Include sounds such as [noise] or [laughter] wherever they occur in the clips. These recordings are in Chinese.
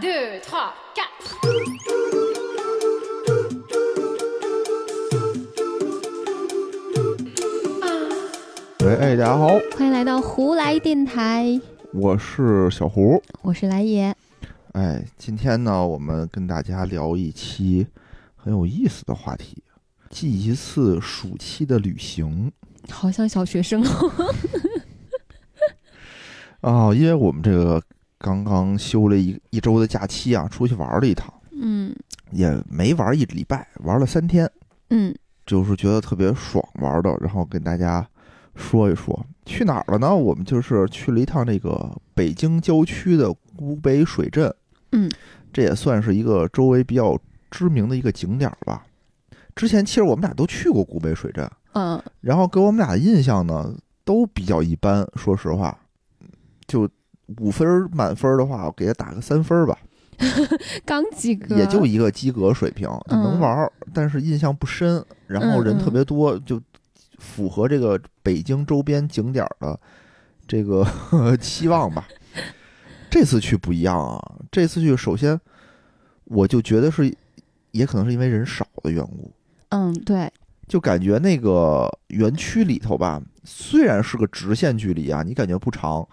2, 3, 4. 喂，哎，大家好，欢迎来到胡来电台，我是小胡。我是来也。哎，今天呢，我们跟大家聊一期很有意思的话题，记一次暑期的旅行好像小学生哦，啊、因为我们这个刚刚休了一一周的假期啊，出去玩了一趟，嗯也没玩一礼拜，玩了三天，嗯，就是觉得特别爽玩的，然后跟大家说一说去哪儿了呢？我们就是去了一趟这个北京郊区的古北水镇，嗯，这也算是一个周围比较知名的一个景点儿吧。之前其实我们俩都去过古北水镇，嗯，然后给我们俩的印象呢都比较一般，说实话，就五分儿满分儿的话，我给他打个三分儿吧，刚及格，也就一个及格水平，嗯能玩儿，但是印象不深，然后人特别多，就符合这个北京周边景点儿的这个 [laughs] 期望吧。这次去不一样啊，这次去首先我就觉得是，也可能是因为人少的缘故，嗯，对，就感觉那个园区里头吧，虽然是个直线距离啊，你感觉不长，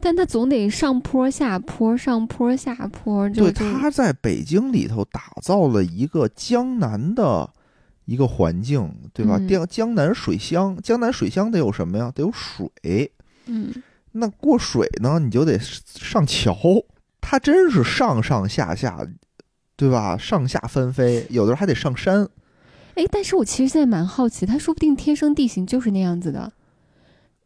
但他总得上坡下坡，上坡下坡，就对，就它在北京里头打造了一个江南的一个环境，对吧？嗯江、江南水乡，江南水乡得有什么呀？得有水。嗯那过水呢，你就得上桥。它真是上上下下，对吧？上下翻飞，有的时候还得上山。哎，但是我其实现在蛮好奇，他说不定天生地形就是那样子的，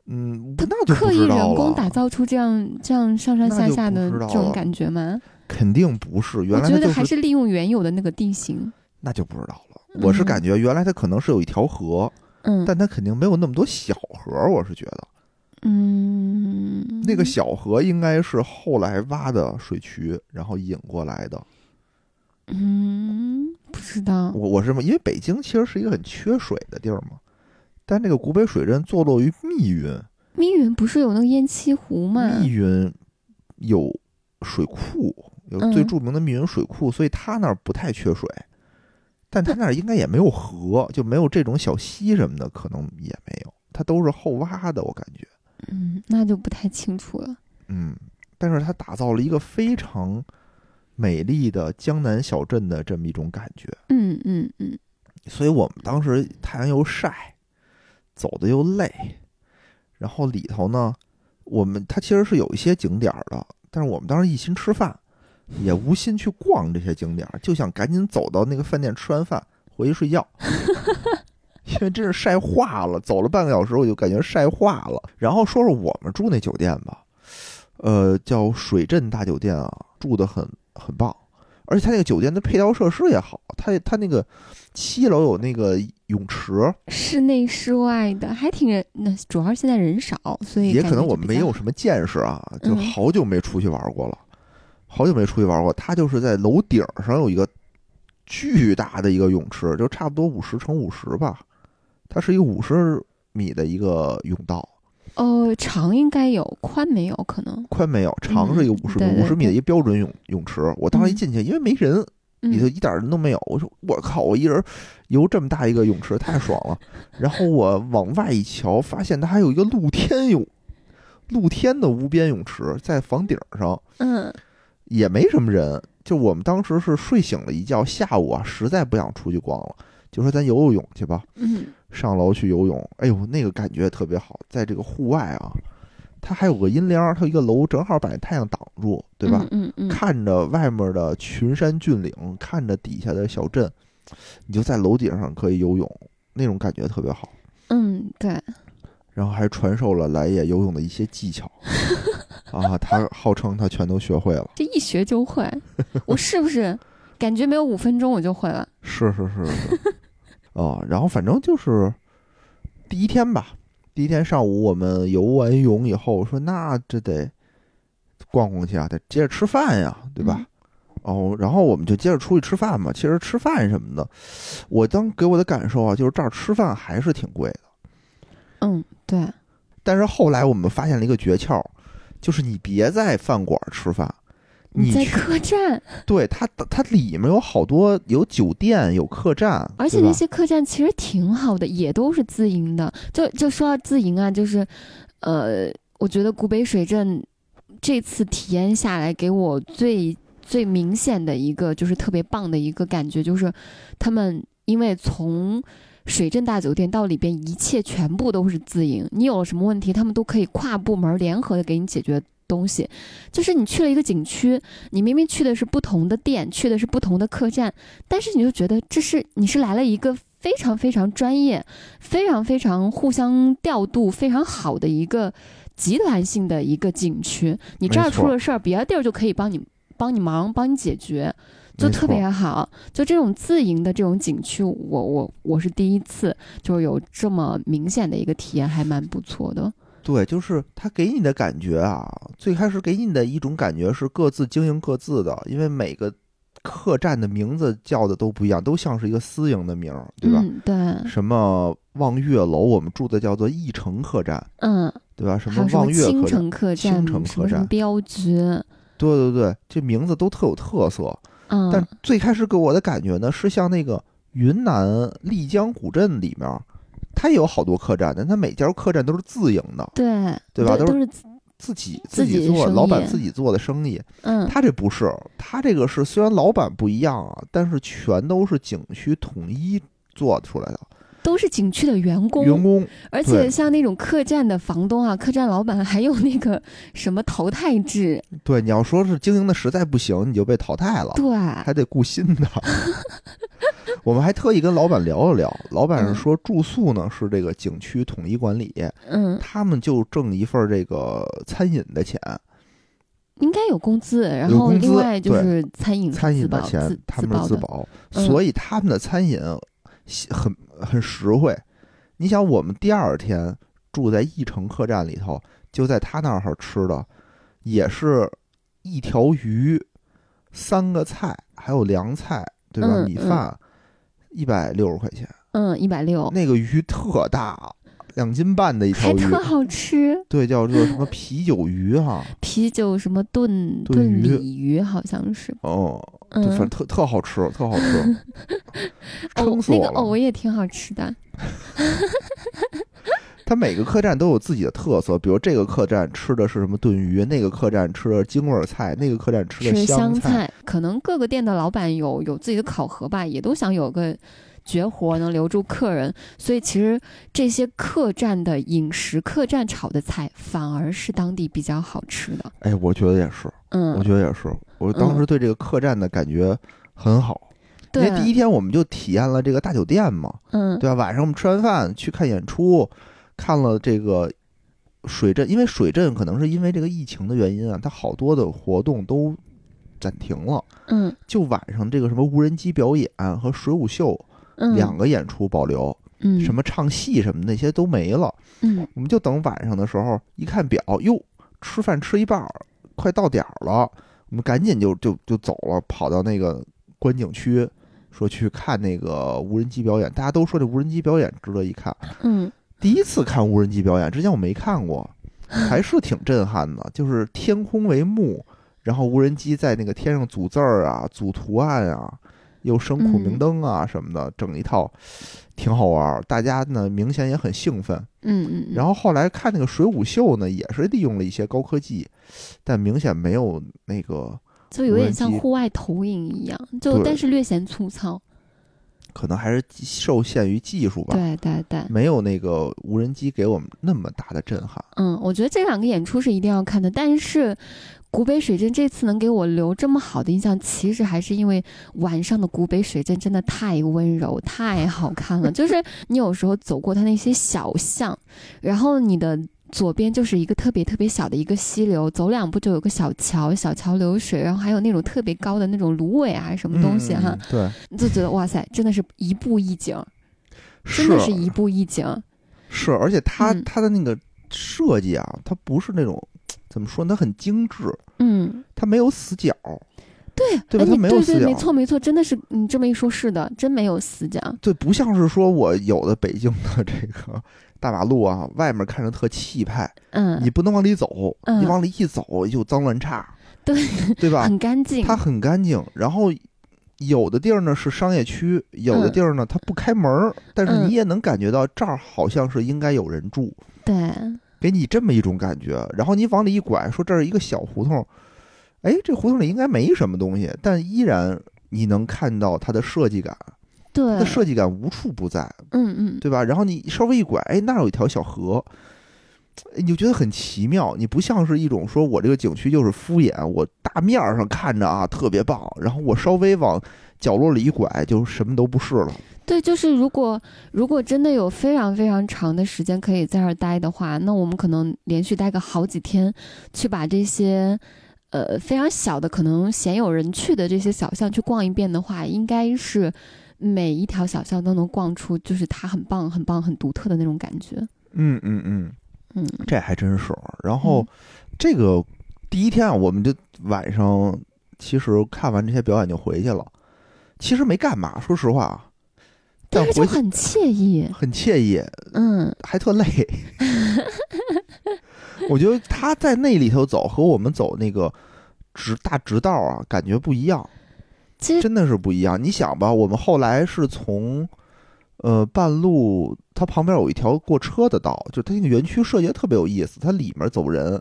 嗯，他那就不刻意知道人工了打造出这样这样上上下下那的就不知道这了种感觉吗？肯定不是。原我来觉它得就还是利用原有的那个地形，那就不知道了。我是嗯感觉原来它可能是有一条河，嗯但它肯定没有那么多小河。我是觉得嗯，那个小河应该是后来挖的水渠，然后引过来哦的。嗯，不知道，我我是因为北京其实是一个很缺水的地儿嘛，但那个古北水镇坐落于密云，密云不是有那个滇西湖吗？密云有水库，有嗯最著名的密云水库，所以它那儿不太缺水。但它那儿应该也没有河，就没有这种小溪什么的，可能也没有，它都是后挖的，我感觉。嗯，那就不太清楚了。嗯，但是它打造了一个非常美丽的江南小镇的这么一种感觉，嗯嗯嗯，所以我们当时太阳又晒，走的又累，然后里头呢，我们它其实是有一些景点儿的，但是我们当时一心吃饭，也无心去逛这些景点儿，就想赶紧走到那个饭店吃完饭回去睡觉。 [laughs] 因为真是晒化了，走了半个小时我就感觉晒化了。然后说说我们住那酒店吧，呃，叫水镇大酒店啊，住的很很棒，而且它那个酒店的配套设施也好，它它那个七楼有那个泳池，室内室外的还挺人，那主要是现在人少，所以也感可能觉我就们比没较有什么见识啊，就嗯好久没出去玩过了，好久没出去玩过。它就是在楼顶上有一个巨大的一个泳池，就差不多五十乘五十吧，它是一个五十米的一个泳道，哦，长应该有，宽没有可能。宽没有，长是一个五十嗯对米，对五十米的一个标准泳泳池。我当时一嗯进去，因为没人，里头嗯，一点人都没有。我说我靠，我一人游这么大一个泳池，太爽了。然后我往外一瞧，发现它还有一个露天泳，露天的无边泳池在房顶上，嗯也没什么人。就我们当时是睡醒了一觉，下午啊实在不想出去逛了，就说咱游游泳去吧。嗯上楼去游泳，哎呦，那个感觉特别好，在这个户外啊，它还有个阴凉，它有一个楼正好把太阳挡住，对吧？嗯嗯嗯，看着外面的群山峻岭，看着底下的小镇，你就在楼顶上可以游泳，那种感觉特别好。嗯对，然后还传授了来也游泳的一些技巧，啊，他号称他全都学会了。这一学 [laughs] 就会，我是不是感觉没有五分钟我就会了？是是是是， [laughs] 啊，然后反正就是第一天吧，第一天上午我们游完泳以后，说那这得逛逛去啊，得接着吃饭呀，对嗯吧？哦，然后我们就接着出去吃饭嘛。其实吃饭什么的，我当给我的感受啊，就是这儿吃饭还是挺贵的。嗯，对，但是后来我们发现了一个诀窍，就是你别在饭馆吃饭，你在去客栈，对它它里面有好多有酒店有客栈，而且对吧那些客栈其实挺好的，也都是自营的。就就说到自营啊，就是，呃，我觉得古北水镇这次体验下来，给我最最明显的一个就是特别棒的一个感觉，就是他们因为从水镇大酒店到里边一切全部都是自营，你有了什么问题，他们都可以跨部门联合的给你解决。东西，就是你去了一个景区，你明明去的是不同的店，去的是不同的客栈，但是你就觉得这是你是来了一个非常非常专业、非常非常互相调度非常好的一个集团性的一个景区，你这没儿错出了事儿，别的地儿就可以帮你帮你忙、帮你解决，就没特错别好。就这种自营的这种景区，我我我是第一次就是有这么明显的一个体验，还蛮不错的。对，就是他给你的感觉啊，最开始给你的一种感觉是各自经营各自的，因为每个客栈的名字叫的都不一样，都像是一个私营的名儿，对吧？嗯，对，什么望月楼，我们住的叫做逸城客栈，嗯，对吧？什还么有什望么月青客栈，城客青栈，什城么客什么栈镖局，对对对，这名字都特有特色。嗯，但最开始给我的感觉呢，是像那个云南丽江古镇里面，它也有好多客栈，但它每家客栈都是自营的，对，对吧都都是自己自己己做，生老意板自己做的生意。嗯，他这不是，他这个是虽然老板不一样啊，但是全都是景区统一做出来的都是景区的员工，员工。而且对像那种客栈的房东啊、客栈老板，还有那个什么淘汰制，对，你要说是经营的实在不行，你就被淘汰了，对，哦还得雇新的。 [laughs] 我们还特意跟老板聊了聊，老板是说住宿呢是这个景区统一管理，嗯，他们就挣一份儿这个餐饮的钱，应该有工资，然有后工另资外就对是餐饮是餐嗯自饮保的钱他们是自自保的，保，嗯所以他们的餐饮很很实惠。你想，我们第二天住在一城客栈里头，就在他那儿吃的，也是一条鱼、三个菜，还有凉菜，对吧？嗯米饭一百六十块钱，嗯，一百六，那个鱼特大，两斤半的一条还鱼特，好吃，对，叫做什么啤酒鱼哈、啤酒什么炖炖炖鱼鲤鱼好像是，哦。就反正嗯，特特好吃，特好吃，撑 [laughs] 哦，死那我个了。藕也挺好吃的，它每个客栈都有自己的特色，比如这个客栈吃的是什么炖鱼，那个客栈吃的京味儿菜，那个客栈吃的吃香香。菜，可能各个店的老板有有自己的考核吧，也都想有个绝活能留住客人，所以其实这些客栈的饮食、客栈炒的菜反而是当地比较好吃的。哎，我觉得也是，我嗯，觉得也是。我当时对这个客栈的感觉很好，嗯对因为，第一天我们就体验了这个大酒店嘛，嗯对吧？晚上我们吃完饭去看演出，看了这个水镇，因为水镇可能是因为这个疫情的原因啊，它好多的活动都暂停了，嗯就晚上这个什么无人机表演和水舞秀嗯，两个演出保留。嗯什么唱戏什么那些都没了，嗯我们就等晚上的时候一看表，哟，吃饭吃一半儿，快到点儿了，我们赶紧就就就走了，跑到那个观景区，说去看那个无人机表演。大家都说这无人机表演值得一看，嗯第一次看无人机表演，之前我没看 [laughs] 过，还是挺震撼的，就是天空为幕，然后无人机在那个天上组字儿啊、组图案啊，又升孔明灯啊什么的，嗯整一套，挺好玩儿。大家呢明显也很兴奋。嗯嗯，然后后后来看那个水舞秀呢，也是利用了一些高科技，但明显没有那个，就有无点人像机户外投影一样，就对但是略显粗糙。可能还是受限于技术吧，对对对，没有那个无人机给我们那么大的震撼。嗯，我觉得这两个演出是一定要看的，但是古北水镇这次能给我留这么好的印象，其实还是因为晚上的古北水镇真的太温柔、太好看 [laughs] 了。就是你有时候走过它那些小巷，然后你的。左边就是一个特别特别小的一个溪流，走两步就有个小桥，小桥流水，然后还有那种特别高的那种芦苇啊，什么东西哈嗯，，对，你就觉得哇塞，真的是一步一景，是啊真的是一步一景。是，而且它嗯它的那个设计啊，它不是那种怎么说呢，它很精致，嗯，它没有死角。对，对吧它哎你没有对死对，没角错没错，真的是你这么一说，是的，真没有死角。对，不像是说我有的北京的这个大马路啊，外面看着特气派，嗯你，不能往里走，嗯你往里一走就脏乱差。对 [laughs] 对吧？很干净。它很干净，然后有的地儿呢是商业区，有的地儿呢它不开门儿，但是嗯你也能感觉到这儿好像是应该有人住，对，给你这么一种感觉。然后你往里一拐，说这是一个小胡同，哎，这胡同里应该没什么东西，但依然你能看到它的设计感，它对的，设计感无处不在，嗯嗯，对吧？然后你稍微一拐，哎，那儿有一条小河。哎你就觉得很奇妙，你不像是一种说我这个景区就是敷衍，我大面儿上看着啊特别棒，然后我稍微往角落里一拐就什么都不是了。对，就是如果如果真的有非常非常长的时间可以在这儿待的话，那我们可能连续待个好几天，去把这些呃非常小的可能鲜有人去的这些小巷去逛一遍的话，应该是每一条小巷都能逛出就是它很棒、很棒、很独特的那种感觉。嗯嗯嗯，嗯这还真是。然后嗯这个第一天啊，我们就晚上其实看完这些表演就回去了，其实没干嘛，说实话啊，但但是就回去很惬意，很惬意，嗯，还特累。 [laughs] 我觉得他在那里头走和我们走那个直大直道啊，感觉不一样，其实真的是不一样。你想吧，我们后来是从呃半路，它旁边有一条过车的道，就它那个园区设计得特别有意思，它里面走人，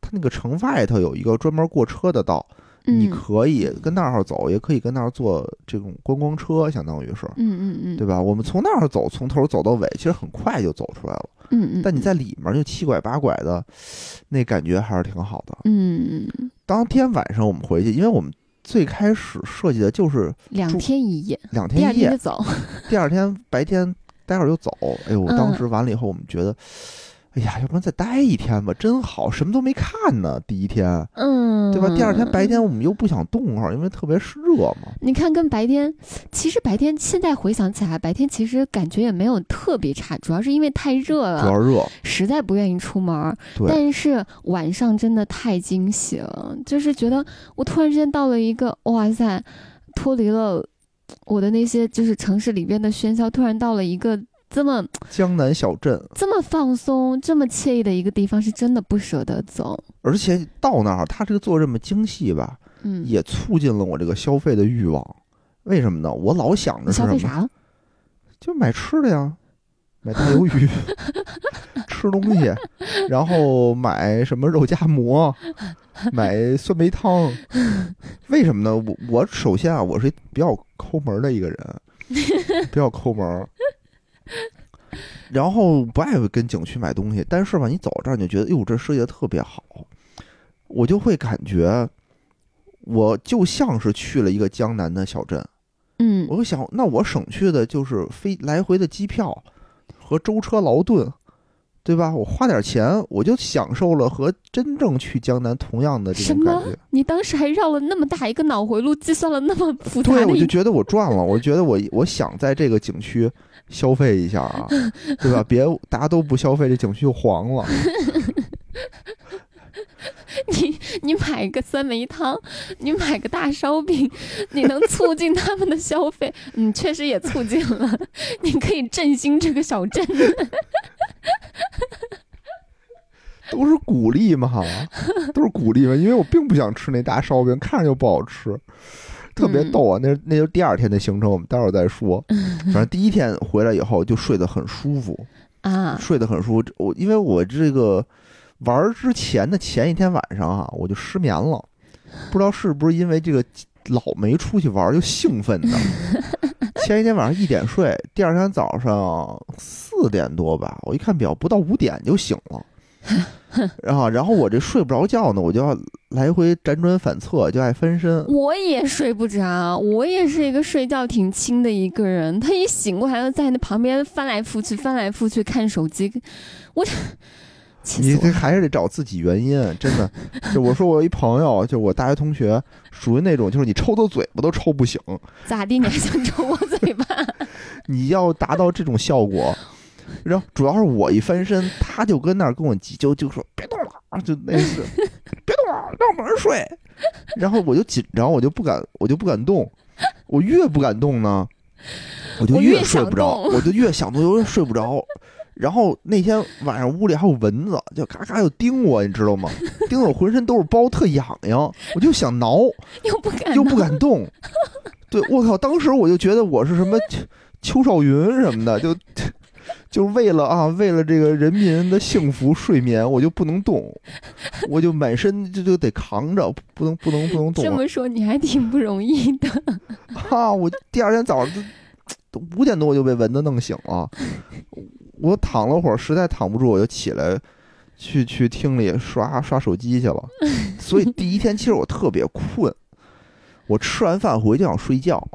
它那个城外头有一个专门过车的道，你嗯可以跟那儿走，也可以跟那儿坐这种观光车，相当于是。嗯嗯嗯，对吧？我们从那儿走，从头走到尾，其实很快就走出来了。嗯嗯，但你在里面就七拐八拐的，那感觉还是挺好的。嗯嗯嗯当天晚上我们回去，因为我们最开始设计的就是两住天一夜，两天第二一天夜就，走，第二天白天待会儿就走。哎呦，嗯当时完了以后，我们觉得，哎呀，要不然再待一天吧，真好，什么都没看呢。第一天，嗯，对吧？第二天白天我们又不想动会儿，因为特别热嘛。你看，跟白天，其实白天现在回想起来，白天其实感觉也没有特别差，主要是因为太热主要了，热，实在不愿意出门儿。对但是晚上真的太惊喜了，就是觉得我突然之间到了一个，哇塞，脱离了我的那些就是城市里边的喧嚣，突然到了一个这么江南小镇，这么放松、这么惬意的一个地方，是真的不舍得走。而且到那儿，他这个做这么精细吧，嗯，也促进了我这个消费的欲望。为什么呢？我老想着是你消什费么？啥了？就买吃的呀，买大鱿鱼， [laughs] 吃东西，然后买什么肉夹馍，买酸梅汤。为什么呢？我我首先啊，我是比较抠门儿的一个人，比较抠门儿。然后不爱跟景区买东西，但是吧，你走这儿你就觉得，哟，这设计的特别好，我就会感觉，我就像是去了一个江南的小镇，嗯我就想，那我省去的就是飞来回的机票和舟车劳顿，对吧？我花点钱，我就享受了和真正去江南同样的这什种感么觉。？你当时还绕了那么大一个脑回路，计算了那么复杂对，的我一就觉得我赚了，我觉得我我想在这个景区消费一下 [laughs] 啊，对吧？别大家都不消费，这景区就黄了。 [laughs] 你你买个酸梅汤，你买个大烧饼，你能促进他们的消费，嗯，确实也促进了， [laughs] 你可以振兴这个小镇。 [laughs] 都是鼓励嘛，都是鼓励嘛，因为我并不想吃那大烧饼，看着就不好吃，特别逗啊。那那就第二天的行程，我们待会儿再说。反正第一天回来以后就睡得很舒服，啊，睡得很舒服。我因为我这个玩儿之前的前一天晚上啊，我就失眠了，不知道是不是因为这个老没出去玩儿就兴奋的。前一天晚上一点睡，第二天早上四点多吧，我一看表，不到五点就醒了。 [laughs] 然后，然后我这睡不着觉呢，我就要来回辗转反侧，就爱翻身。我也睡不着，我也是一个睡觉挺轻的一个人。他一醒过来，就在那旁边翻来覆去，翻来覆去看手机，我 [laughs] 这气你死我这了。还是得找自己原因，真的。就我说我有一朋友，就我大学同学，属于那种就是你抽他嘴巴都抽不醒，咋地？你还想抽我嘴巴？ [laughs] 你要达到这种效果，然后主要是我一翻身，他就跟那儿跟我急，就就说别动了啊，就那 [laughs] 是别动了，让我们睡。然后我就紧张，我就不敢，我就不敢动，我越不敢动呢，我就我越睡想不着，动我就越想动，我就越睡不着。然后那天晚上屋里还有蚊子，就咔咔就叮我，你知道吗？叮得我浑身都是包，特痒痒，我就想挠，又不敢，又不，敢动。对，我靠！当时我就觉得我是什么邱邱少云什么的，就就是为了啊，为了这个人民的幸福睡眠，我就不能动，我就满身就就得扛着，不能不能不能动啊这了么说你还挺不容易的。 [laughs] 啊！我第二天早上都都五点多我就被蚊子弄醒了，我躺了会儿，实在躺不住，我就起来去去厅里刷刷手机去了。所以第一天其实我特别困，我吃完饭回去想睡觉，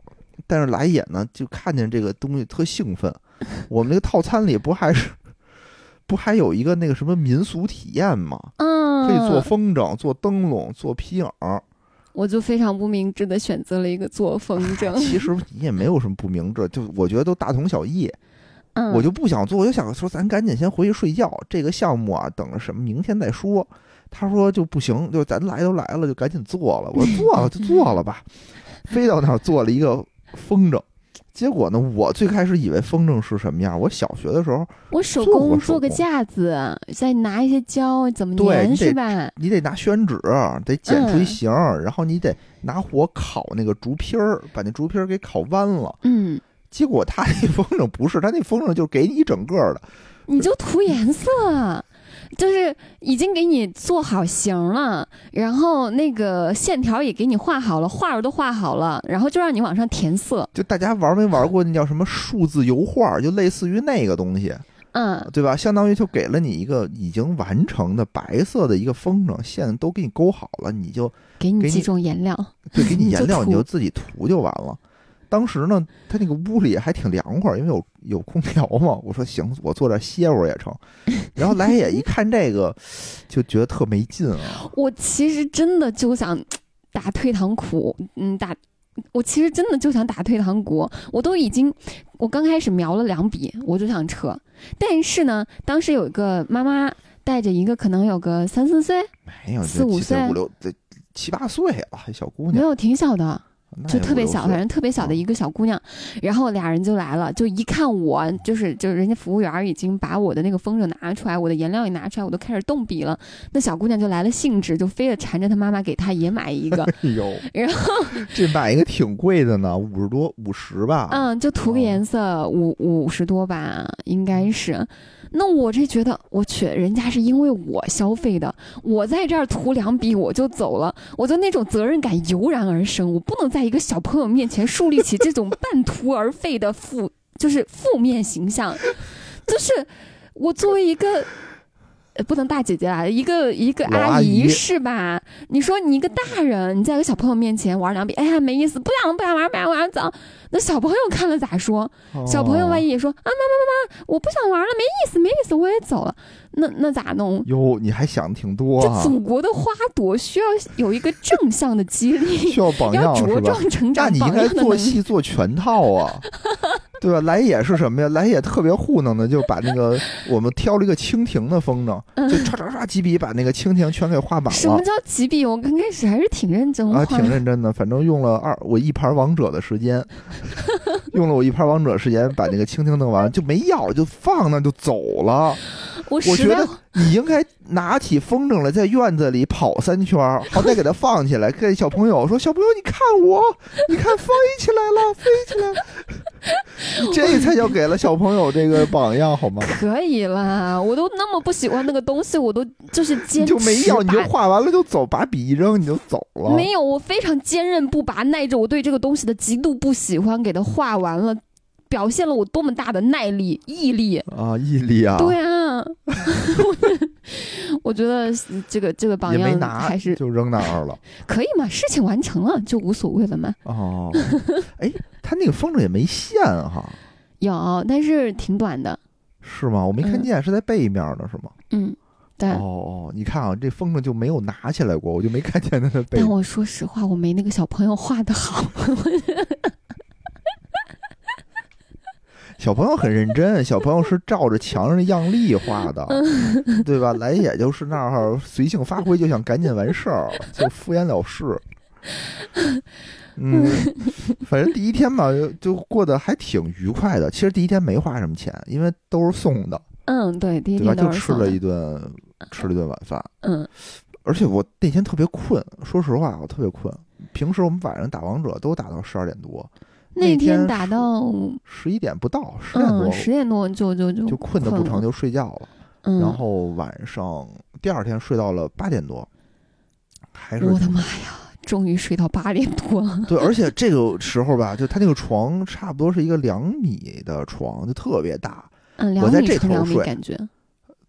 但是来也呢就看见这个东西特兴奋。我们那个套餐里不还是不还有一个那个什么民俗体验吗？ [laughs] 嗯，可以做风筝、做灯笼、做皮影儿。我就非常不明智的选择了一个作风筝。其实你也没有什么不明智，就我觉得都大同小异。 [laughs] 嗯，我就不想做，我就想说咱赶紧先回去睡觉。这个项目啊，等着什么明天再说。他说就不行，就咱来都来了，就赶紧做了。我说做了就做了吧， [laughs] 飞到那儿做了一个风筝。结果呢，我最开始以为风筝是什么样。我小学的时候，我手做过工手做个工架子，再拿一些胶怎么对粘你得是吧？你得拿宣纸，得剪出一嗯形儿，然后你得拿火烤那个竹皮儿，把那竹皮儿给烤弯了。嗯，结果他那风筝不是，他那风筝就给你一整个儿的，你就涂颜色， [laughs] 就是已经给你做好型了，然后那个线条也给你画好了，画儿都画好了，然后就让你往上填色。就大家玩没玩过那叫什么数字油画，就类似于那个东西，嗯，对吧？相当于就给了你一个已经完成的白色的一个风筝，线都给你勾好了，你就给你给几你种颜料。对，给你 [laughs] 你就颜料，涂你就自己涂就完了。当时呢，他那个屋里还挺凉快，因为有有空调嘛。我说行，我坐这儿歇会儿也成。然后来也一看这个，就觉得特没劲啊。我其实真的就想打退堂鼓，嗯，打。我其实真的就想打退堂鼓，我都已经，我刚开始瞄了两笔，我就想撤。但是呢，当时有一个妈妈带着一个可能有个三四岁，没有，就四五七岁五六，这七八岁了，还小姑没娘，有挺小的，那就也特别五六小，岁嗯反正特别小的一个小姑娘，然后俩人就来了，就一看我，就是就是人家服务员儿已经把我的那个风筝拿出来，我的颜料也拿出来，我都开始动笔了。那小姑娘就来了兴致，就非得缠着她妈妈给她也买一个，哎呦，然后这买一个挺贵的呢，五十多五十吧。，嗯，就涂个颜色五五十多吧，应该是。那我这觉得，我去，人家是因为我消费的，我在这儿涂两笔我就走了，我就那种责任感油然而生，我不能在一个小朋友面前树立起这种半 [laughs] 途而废的负，就是负面形象，就是我作为一个。呃不能大姐姐啊，一个一个老阿姨是吧？你说你一个大人，你在一个小朋友面前玩两笔，哎呀没意思，不想了不想玩，不想玩，走。那小朋友看了咋说？哦小朋友万一一也说啊，妈妈妈妈，我不想玩了，没意思，没意思，我也走了。那那咋弄？哟，你还想的挺多这啊，祖国的花朵需要有一个正向的激励，需要榜 [laughs] 要样茁是吧？壮成那长你应榜该样的做能力。戏做全套 [laughs] 啊，对吧？来也是什么呀？来也特别糊弄的，就把那 [laughs] 个我们挑了一个蜻蜓的风筝，就唰唰唰几笔把那个蜻蜓全给画满嗯什么了叫几笔？我刚开始还是挺认真啊，画挺的，认真的。反正用了二我一盘王者的时 [laughs] 间，用了我一盘王者时间把那个蜻蜓弄完，就没要就放那儿就走了。我我实觉在得你应该拿起风筝来，在院子里跑三圈儿，好歹给它放起来。跟小朋友说：“小朋友，你看我，你看飞起来了，飞起来了。”你这才叫给了小朋友这个榜样，好吗？可以啦。我都那么不喜欢那个东西，我都就是你坚持就没要，你就把画完了就走，把笔一扔你就走了。没有，我非常坚韧不拔，耐着我对这个东西的极度不喜欢，给它画完了，表现了我多么大的耐力、毅力。啊，毅力啊， [laughs] 对啊， [laughs] 我觉得这个这个榜也没样拿，还是就扔那儿了。可以嘛，事情完成了就无所谓了嘛。 [laughs] 哦，哎，他那个风筝也没线哈，有，但是挺短的，是吗？我没看嗯见，是在背面呢，是吗？嗯，对。哦哦，你看啊，这风筝就没有拿起来过， [laughs] 我就没看见它的背但我说实话，我没那个小朋友画的好。 [laughs] 小朋友很认真，小朋友是照着墙上的样例画 [laughs] 的，嗯对吧？来也就是那儿随性发挥，就想赶紧完事儿，就敷衍了 [laughs] 事。嗯，反正第一天嘛，就就过得还挺愉快的。其实第一天没花什么钱，因为都是送的，嗯，对，第一对吧？天就都是吃送了的一顿，吃了一顿晚饭。嗯而且我那天特别困，说实话，我特别困。平时我们晚上打王者都打到十二点多，那那天打是到十一点不到，十点多、嗯十点多就就就就困得不成了，就睡觉了。嗯，然后晚上第二天睡到了八点多，还是我的妈呀，终于睡到八点 [laughs] 多了，对，而且这个时候吧，就他那个床差不多是一个两米的床，就特别大，嗯，我两在米这乘头两米睡感觉，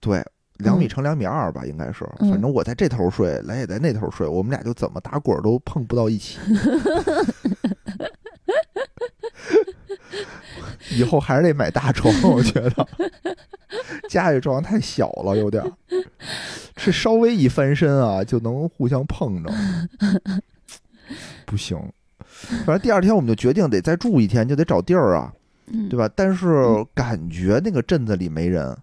对，两米嗯乘两米二吧，应该是，嗯反正我在这头睡，兰也在那头睡，我们俩就怎么打滚儿都碰不到一起。 [laughs] 以后还是得买大床，我觉得家里床太小了，有点儿，这稍微一翻身啊，就能互相碰着， [laughs] 不行。反正第二天我们就决定得再住一天，就得找地儿啊。嗯，对吧？但是感觉那个镇子里没人，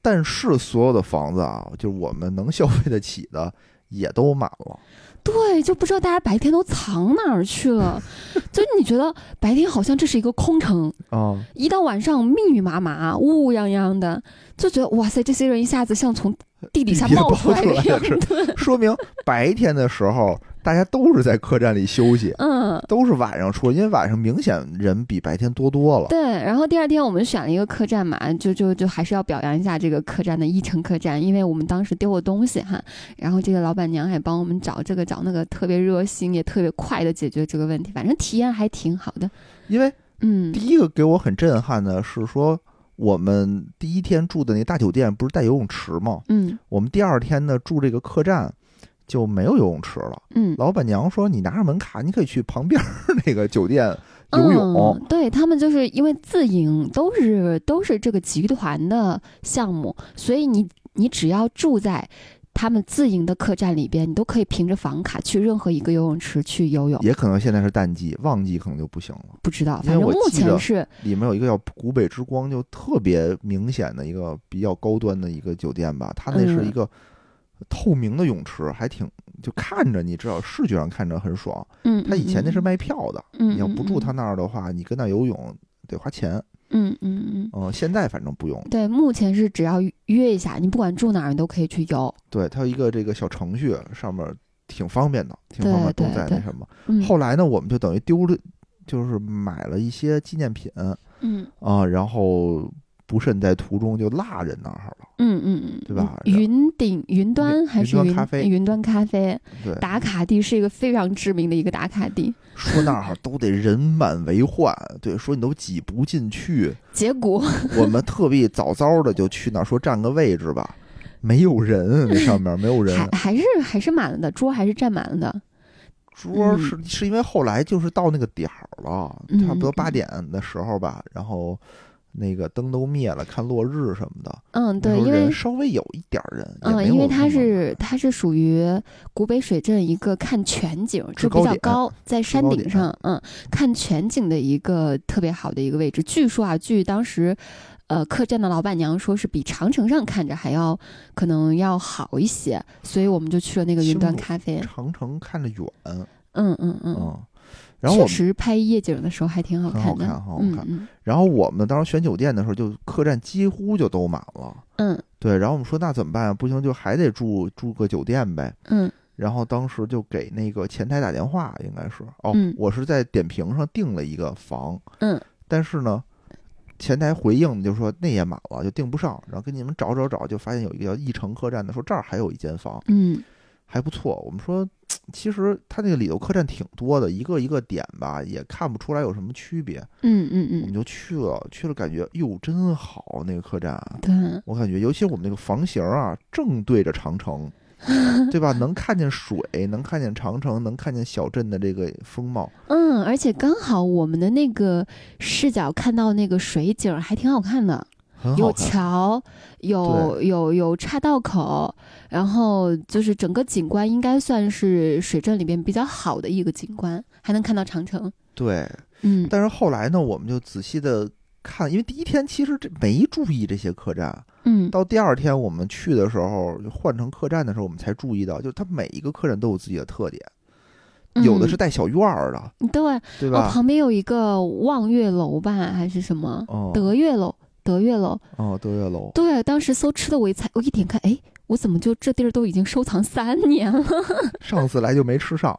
但是所有的房子啊，就是我们能消费得起的也都满了。对，就不知道大家白天都藏哪儿去 [laughs] 了，就是你觉得白天好像这是一个空城，啊，一到晚上密密麻麻、乌乌泱泱的，就觉得哇塞，这些人一下子像从地底下地底下冒出冒出一来样的是 [laughs] 的，说明白天的时候大家都是在客栈里休 [laughs] 息，嗯。都是晚上出来，因为晚上明显人比白天多多了。对，然后第二天我们选了一个客栈嘛，就就就还是要表扬一下这个客栈的一城客栈，因为我们当时丢了东西哈，然后这个老板娘还帮我们找这个找那个，特别热心，也特别快的解决这个问题，反正体验还挺好的。因为嗯第一个给我很震撼的是说，我们第一天住的那大酒店不是带游泳池吗？嗯我们第二天呢住这个客栈就没有游泳池了。嗯，老板娘说：“你拿着门卡，你可以去旁边儿那个酒店游泳。嗯、对他们就是因为自营都是都是这个集团的项目，所以你你只要住在他们自营的客栈里边，你都可以凭着房卡去任何一个游泳池去游泳。也可能现在是淡季，旺季可能就不行了。不知道，因反为正我目记得前是里面有一个叫古北之光，就特别明显的一个比较高端的一个酒店吧，它那嗯是一个透明的泳池，还挺就看着你知道，视觉上看着很爽。嗯，它以前那是嗯卖票的，嗯，你要不嗯住它，那儿的话，你跟那儿游泳得花钱。嗯嗯嗯。嗯嗯、现在反正不用。对，目前是只要约一下，你不管住哪儿，你都可以去游。对，它有一个这个小程序，上面挺方便的，挺方便，都对对在那对什么。嗯，后来呢，我们就等于丢了，就是买了一些纪念品啊、嗯然后不慎在途中就落人那儿了。嗯嗯嗯，对吧嗯云顶云端云还是云端云咖啡云端咖啡对，打卡地是一个非常知名的一个打卡地。说那儿都得人满为患，对，说你都挤不进去。结果我们特地早早的就去那儿说占个位置吧，没有人，那上面没有人还。还是还是满了的，桌还是占满了的。桌儿是是因为后来就是到那个点儿了，嗯差不多八点的时候吧，然后那个灯都灭了，看落日什么的。嗯，那对，时候因为人稍微有一点儿人，也嗯，没因为有它那么是它是属于古北水镇一个看全景，制就比高较点啊高，在山高顶点啊上，嗯，看全景的一个特别好的一个位置。据说啊，据当时。呃，客栈的老板娘说是比长城上看着还要可能要好一些，所以我们就去了那个云清端楚咖啡。长城看着远，嗯嗯嗯，嗯，然后我们确实拍夜景的时候还挺好很看好的。看，很好嗯看。嗯然后我们当时选酒店的时候，就客栈几乎就都满了，嗯对。然后我们说那怎么办啊？不行，就还得住住个酒店呗。嗯然后当时就给那个前台打电话，应该是哦，嗯我是在点评上订了一个房，嗯，但是呢，前台回应就说那也满了，就订不上。然后跟你们找找找，就发现有一个叫一城客栈的，说这儿还有一间房，嗯还不错。我们说，其实它那个里头客栈挺多的，一个一个点吧，也看不出来有什么区别。嗯嗯我们嗯，就去了，去了感觉哟真好，那个客栈。啊对。我感觉，尤其我们那个房型啊，正对着长 [laughs] 城，对吧？能看见水，能看见长城，能看见小镇的这个风貌。嗯，而且刚好我们的那个视角看到那个水景儿还挺好看的，很好有看，桥，有有有岔道口，然后就是整个景观应该算是水镇里边比较好的一个景观，还能看到长城。对。嗯但是后来呢，我们就仔细的看，因为第一天其实这没注意这些客栈，嗯到第二天我们去的时候，换成客栈的时候，我们才注意到，就是它每一个客栈都有自己的特点，有的是带小院儿的，嗯对，对嗯哦，吧？旁边有一个望月楼吧，还是什么嗯，德月楼？德月楼。哦，德月楼，对，当时搜吃的，我一猜，我一点开，哎，我怎么就这地儿都已经收藏三年了？上次来就没吃上，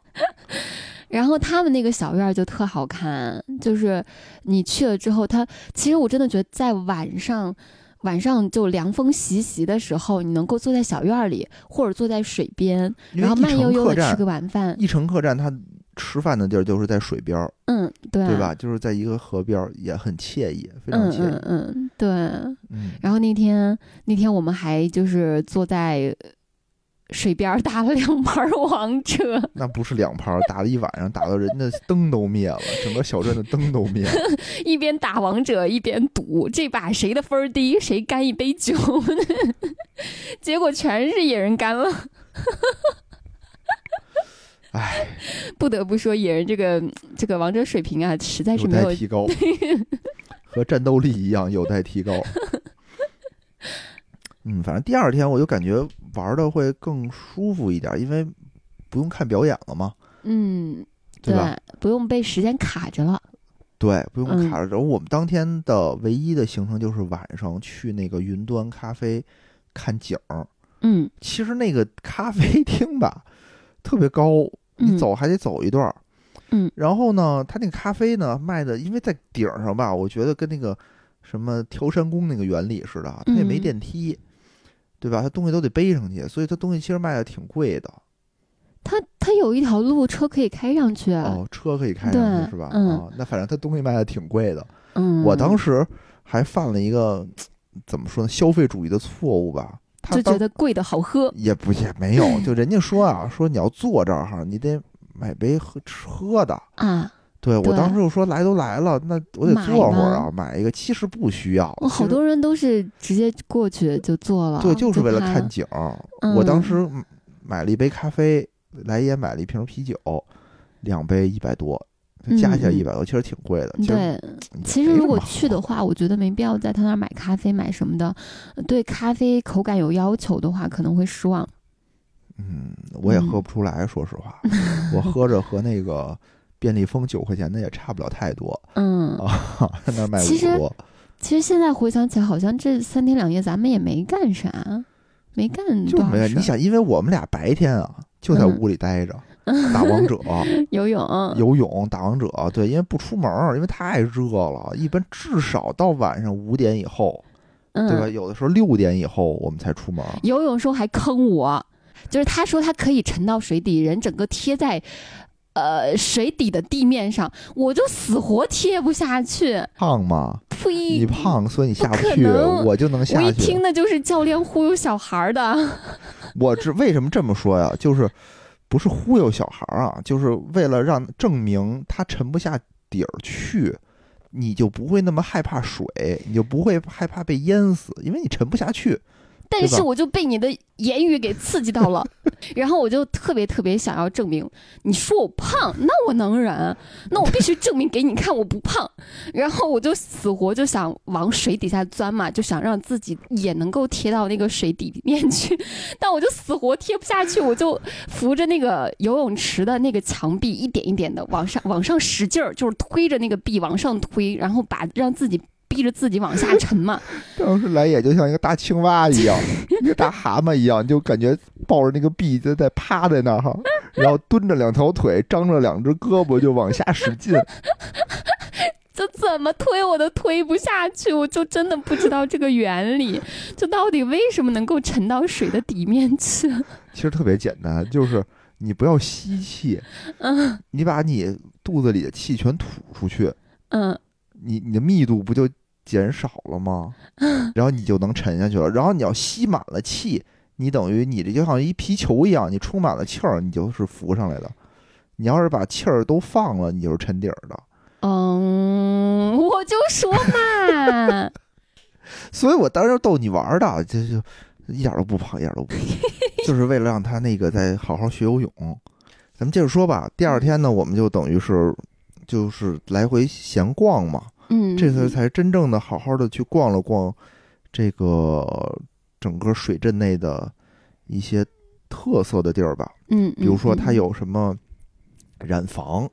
然后他们那个小院儿就特好看，就是你去了之后，它其实我真的觉得在晚上，晚上就凉风习习的时候，你能够坐在小院儿里，或者坐在水边，因为然后一慢城悠悠客的吃栈个晚饭，一城客栈它吃饭的地儿就是在水边儿，嗯，对，对吧？就是在一个河边儿，也很惬意，非常嗯惬嗯意。嗯，对。嗯，然后那天那天我们还就是坐在水边儿打了 [laughs] 两盘儿王者，那不是两盘儿打了一晚上，打到人家灯都灭了，整个小镇的灯都灭了。一边打王者一边赌，这把谁的分儿低，谁干一杯酒。 [laughs] 结果全是野人干了。唉，不得不说，野人这个这个王者水平啊，实在是有没有待提 [laughs] 高，和战斗力一样有待提高。嗯，反正第二天我就感觉玩的会更舒服一点，因为不用看表演了嘛，嗯，对吧？不用被时间卡着了。对，不用嗯卡着。然后我们当天的唯一的行程就是晚上去那个云端咖啡看景儿。嗯，其实那个咖啡厅吧， [laughs] 特别高，你嗯走还得走一段儿。嗯然后呢，他那个咖啡呢卖的，因为在顶儿上吧，我觉得跟那个什么调山宫那个原理似的啊，它也没嗯电梯，对吧？它东西都得背上去，所以它东西其实卖的挺贵的。它它有一条路车可以开上去。啊哦，车可以开上嗯对去是吧？嗯啊，那反正它东西卖的挺贵的。嗯，我当时还犯了一个怎么说呢，消费主义的错误吧。他就觉当得贵的好喝。也不也没有，就人家说啊，说你要坐这儿哈，你得买杯喝吃喝的。啊，对我对当时就说来都来了，那我得买坐会儿吧啊，买一个。其实不需要，我其好实多人都是直接过去就做了，对，就是为了拍看了。景儿。嗯我当时买了一杯咖啡，来也买了一瓶啤酒，两杯一百多，加起来嗯嗯一百多，其实挺贵的。其实嗯对，也其实没如什果么好去的话，我觉得没必要在他那儿买咖啡买什么的，呃对咖啡口感有要求的话，可能会失望。嗯，我也嗯喝不出来，说实 [laughs] 话，我喝着和那个便利蜂九块钱的也差不了太多 [laughs] 嗯，啊，在那儿卖五其实十多，其实现在回想起来，好像这三天两夜咱们也没干啥，没干就多少没有。事你儿 [laughs] 想，因为我们俩白天啊就在嗯屋里待着，打王 [laughs] 者、游泳，游泳、打王者，对，因为不出门儿，因为太热了，一般至少到晚上五点以后，嗯，对吧？有的时候六点以后我们才出门儿。游泳时候还坑我，就是他说他可以沉到水底，人整个贴在。呃，水底的地面上，我就死活贴不下去。胖吗？呸！你胖，所以你下不可去，能我就能我下一去。听那就是教练忽悠小孩儿的。我这为什么这么说呀？就是不是忽悠小孩儿啊，就是为了让证明他沉不下底儿去，你就不会那么害怕水，你就不会害怕被淹死，因为你沉不下去。但对吧是我就被你的言语给刺激到了， [laughs] 然后我就特别特别想要证明，你说我胖，那我能忍，那我必须证明给你看我不胖，然后我就死活就想往水底下钻嘛，就想让自己也能够贴到那个水底面去，但我就死活贴不下去，我就扶着那个游泳池的那个墙壁，一点一点的往上往上使劲儿，就是推着那个壁往上推，然后把让自己逼着自己往下沉嘛。当时来也就像一个大青蛙一样，一个大蛤蟆一样，你就感觉抱着那个臂就在趴在那儿哈，然后蹲着两条腿，张着两只胳膊就往下使劲。就怎么推我都推不下去，我就真的不知道这个原理， [laughs] 就到底为什么能够沉到水的底面去？其实特别简单，就是你不要吸气，嗯你把你肚子里的气全吐出去，嗯你你的密度不就减少了吗？然后你就能沉下去了。然后你要吸满了气，你等于你这就像一皮球一样，你充满了气儿，你就是浮上来的。你要是把气儿都放了，你就是沉底儿的。嗯，我就说 [laughs] 嘛，所以我当时就逗你玩儿的，就就一点儿都不胖，一点儿都不胖，就是为了让他那个再好好学游泳。咱们接着说吧。第二天呢，我们就等于是就是来回闲逛嘛，嗯，这次才真正的好好的去逛了逛这个整个水镇内的一些特色的地儿吧，嗯，嗯，比如说嗯它有什么染坊，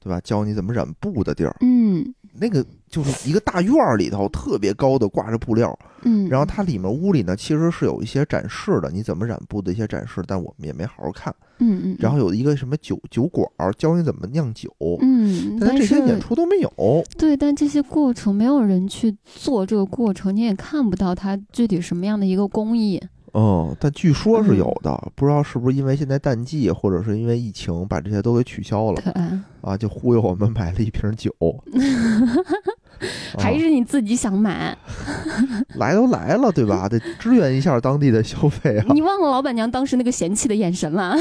对吧？教你怎么染布的地儿，嗯那个就是一个大院儿里头，特别高的挂着布料，嗯，然后它里面屋里呢其实是有一些展示的，你怎么染布的一些展示，但我们也没好好看。嗯嗯，然后有一个什么酒酒馆儿，教你怎么酿酒，嗯，但它但这是些演出都没有。对，但这些过程没有人去做这个过程，你也看不到它具体什么样的一个工艺。嗯，但据说是有的，不知道是不是因为现在淡季，或者是因为疫情，把这些都给取消了对，啊，就忽悠我们买了一瓶 [laughs] 酒。还啊是你自己想买，来都来了，对吧？得支援一下当地的消费啊。你忘了老板娘当时那个嫌弃的眼神了？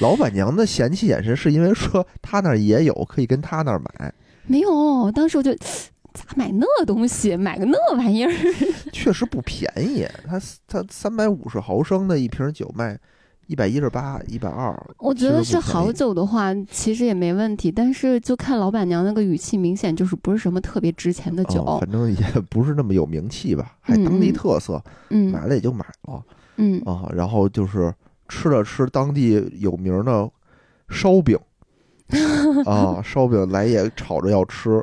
老板娘的嫌弃眼神是因为说她那儿也有，可以跟她那儿买。没有，当时我就 [sniffs] 咋买那东西，买个那玩意儿？ [laughs] 确实不便宜，它它三百五十毫升的一瓶酒卖一百一十八、一百二，我觉得其实是不便宜好酒的话，其实也没问题，但是就看老板娘那个语气，明显就是不是什么特别值钱的酒。嗯反正也不是那么有名气吧，还当地嗯嗯特色，嗯买了也就买了嗯啊、然后就是吃了吃当地有名的烧饼啊，烧饼来也吵着要吃，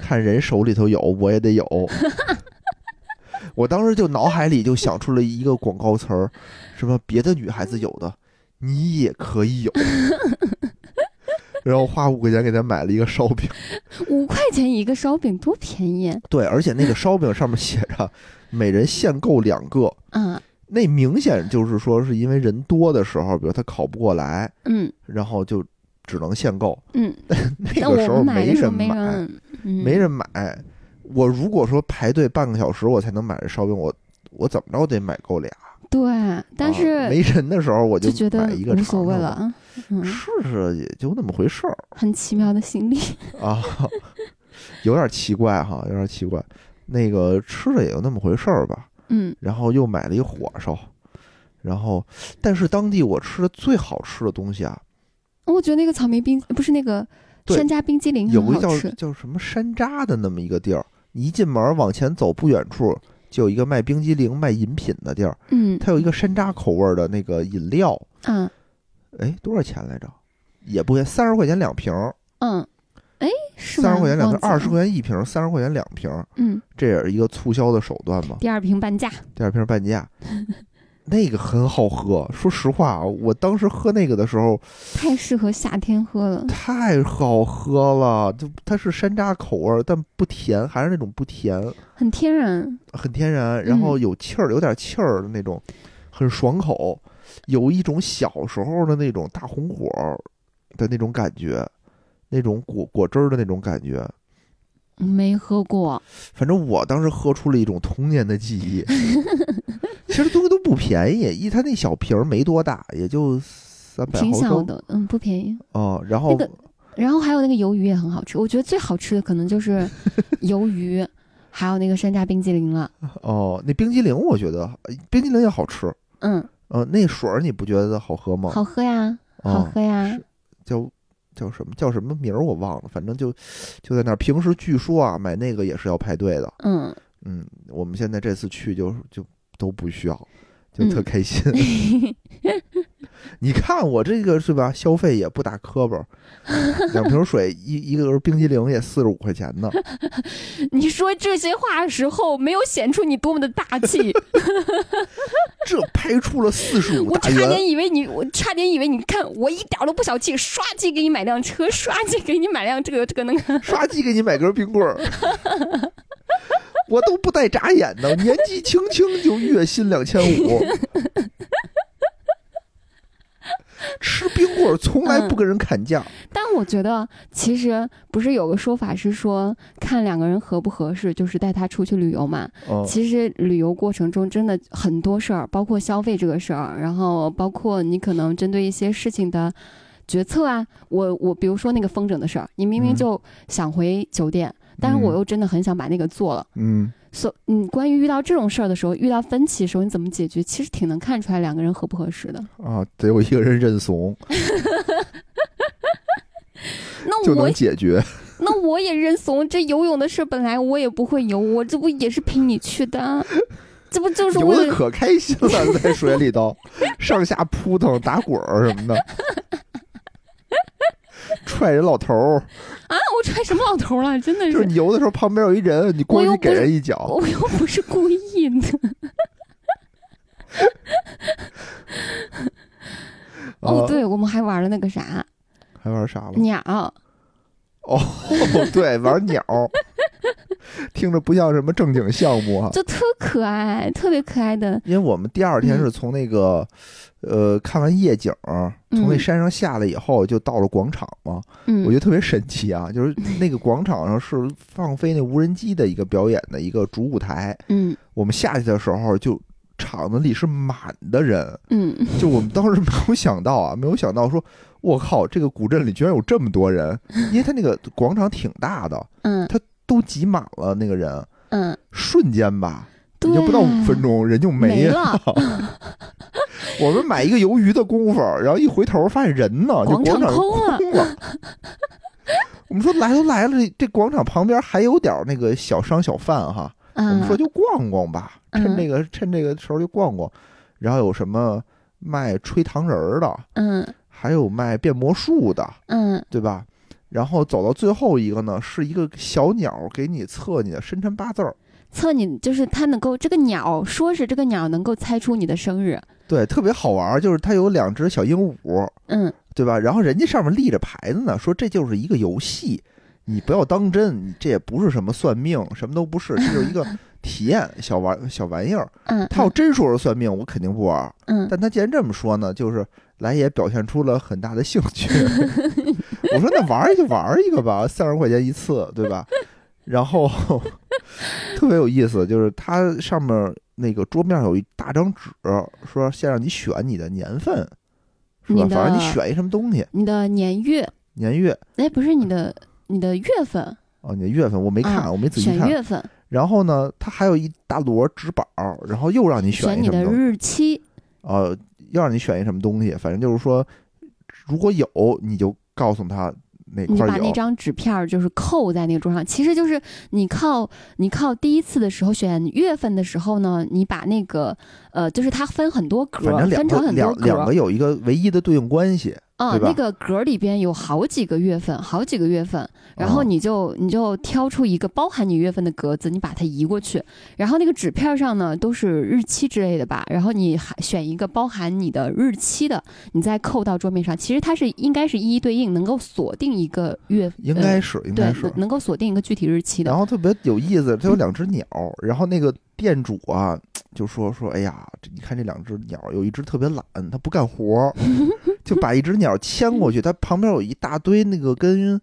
看人手里头有，我也得有。我当时就脑海里就想出了一个广告词儿，什么别的女孩子有的，你也可以有。然后花五块钱给他买了一个烧饼，五块钱一个烧饼多便宜对，而且那个烧饼上面写着每人限购两个，啊！那明显就是说是因为人多的时候，比如他考不过来，嗯然后就只能限购。嗯， [laughs] 那个但我时候们买的时候人没买，人，嗯没人买。我如果说排队半个小时我才能买这烧饼，我我怎么着得买够俩。对，但是、啊没人的时候我就觉得买一个无所尝谓尝了吧，啊，嗯，试试也就那么回事儿很奇妙的心理。 [laughs] 啊， [laughs] 有点奇怪哈，有点奇怪。那个吃了也就那么回事儿吧。嗯然后又买了一火烧，然后但是当地我吃的最好吃的东西啊，我觉得那个草莓冰不是那个对山楂冰激凌有很一好叫吃，叫什么山楂的那么一个地儿，你一进门往前走不远处就有一个卖冰激凌、卖饮品的地儿，嗯，它有一个山楂口味儿的那个饮料，啊哎，多少钱来着？也不贵，三十块钱两瓶儿，嗯，哎是吗？三十块钱两瓶忘儿，记二十了块钱一瓶儿，三十块钱两瓶儿，嗯，这也是一个促销的手段嘛。第二瓶半价，第二瓶半 [laughs] 价，那个很好喝。说实话啊，我当时喝那个的时候太适合夏天喝了。太好喝了，就它是山楂口味儿，但不甜，还是那种不甜。很天然，很天然，然后嗯有气儿，有点气儿的那种，很爽口，有一种小时候的那种大红果儿的那种感觉，那种果果汁儿的那种感觉。没喝过，反正我当时喝出了一种童年的记 [laughs] 忆。其实东西都不便宜，一它那小瓶儿没多大，也就三百挺毫小升的，嗯，不便宜。啊、然后、那个然后还有那个鱿鱼也很好吃，我觉得最好吃的可能就是 [laughs] 鱿鱼，还有那个山楂冰激凌了。哦，那冰激凌我觉得呃冰激凌也好吃。嗯，呃，那水儿你不觉得好喝吗？好喝呀，啊好喝呀。哦是叫叫什么叫什么名儿我忘了，反正就就在那儿。平时据说啊，买那个也是要排队的。嗯， [laughs] 嗯，我们现在这次去就就都不需要，就特嗯开心。 [laughs] 你看我这个是吧，消费也不打磕巴儿，两瓶水一一个冰激凌也四十五块钱呢。你说这些话的时候，没有显出你多么的大气，这拍出了四十五我大差元，点以为你，我差点以为你看我一点都不小气，刷机给你买辆车，刷机给你买辆这个这个那 [laughs] 个，刷机给你买根冰棍儿。我都不带眨眼的，年纪轻轻就月薪两千五，吃冰棍儿从来不跟人砍价。但我觉得其实不是有个说法是说看两个人合不合适，就是带他出去旅游嘛。嗯，其实旅游过程中真的很多事儿，包括消费这个事儿，然后包括你可能针对一些事情的决策啊，我我比如说那个风筝的事儿，你明明嗯就想回酒店，但是我又真的很想把那个做了。嗯，所、嗯，关于遇到这种事儿的时候，遇到分歧的时候，你怎么解决，其实挺能看出来两个人合不合适的。啊，得有一个人认怂那就我能解决。 [laughs] 那我也认怂，这游泳的事儿本来我也不会游，我这不也是陪你去的，这不就是游为的了可开心了，在水里 [laughs] 头上下扑腾、打滚儿什么的。踹人老头儿，啊！我踹什么老头了？真的就是是，你游的时候旁边有一人，你过嗯我去又给不是人一脚，我又不是故意的。 [laughs] 哦，啊，对，我们还玩了那个啥还玩啥了？鸟，哦， [laughs] 对，玩鸟，听着不像什么正经项目啊。就特可爱，特别可爱的。因为我们第二嗯天是从那个，呃，看完夜景儿，从那嗯山上下来以后，就到了广场嘛。嗯，我觉得特别神奇啊，就是那个广场上是放飞那无人机的一个表演的一个主舞台。嗯我们下去的时候，就场子里是满的人，嗯，就我们当时没有想到啊，没有想到说，我靠，这个古镇里居然有这么多人，因为他那个广场挺大的，嗯都挤满了那个人，嗯，瞬间吧，对，啊也就不到五分钟，人就没了。了， [laughs] 我们买一个鱿鱼的功夫，然后一回头发现人呢，就广广场场空了。空了。 [laughs] 我们说来都来了，这这广场旁边还有点那个小商小贩哈，我嗯们说就逛逛吧，嗯趁这个趁这个时候就逛逛，然后有什么卖吹糖人儿的，嗯还有卖变魔术的，嗯对吧？然后走到最后一个呢，是一个小鸟给你测你的生辰八字儿，测你就是它能够这个鸟，说是这个鸟能够猜出你的生日。对，特别好玩儿。就是它有两只小鹦鹉，嗯，对吧？然后人家上面立着牌子呢，说这就是一个游戏，你不要当真，你这也不是什么算命，什么都不是，这就是一个体验小玩小玩意儿。嗯，他要真说是算命，我肯定不玩儿。嗯但他既然这么说呢，就是来也表现出了很大的兴 [laughs] 趣。我说那玩儿就玩儿一个吧，三十块钱一次，对吧？然后特别有意思，就是它上面那个桌面上有一大张纸，说先让你选你的年份，是吧？你的反正你选一什么东西，你的年月，年月哎，不是你的你的月份，哦，你的月份我没看，啊我没仔细选看。月份，然后呢，它还有一大摞纸板儿，然后又让你选选一你什么的东西，日期。呃，又让你选一什么东西，反正就是说，如果有你就告诉他哪你就块把儿那有。张纸片儿就是扣在那个桌上，其实就是你靠你靠第一次的时候选月份的时候呢，你把那个呃，就是它分很多格反儿，正两分成个很多两格两儿个有一个唯一的对应关系，啊，对吧那个格儿里边有好几个月份，好几个月份，然后哦你就、你就挑出一个包含你月份的格子，你把它移过去，然后那个纸片上呢都是日期之类的吧，然后你还选一个包含你的日期的，你再扣到桌面上，其实它是应该是一一对应，能够锁定一个月，应该呃是应该对，是能。能够锁定一个具体日期的然，后特别有意思，它有两只鸟，然后那个店主啊就说说，哎呀，这你看这两只鸟，有一只特别懒，它不干活 [laughs] 儿，就把一只鸟牵过去，它旁边有一大堆那个跟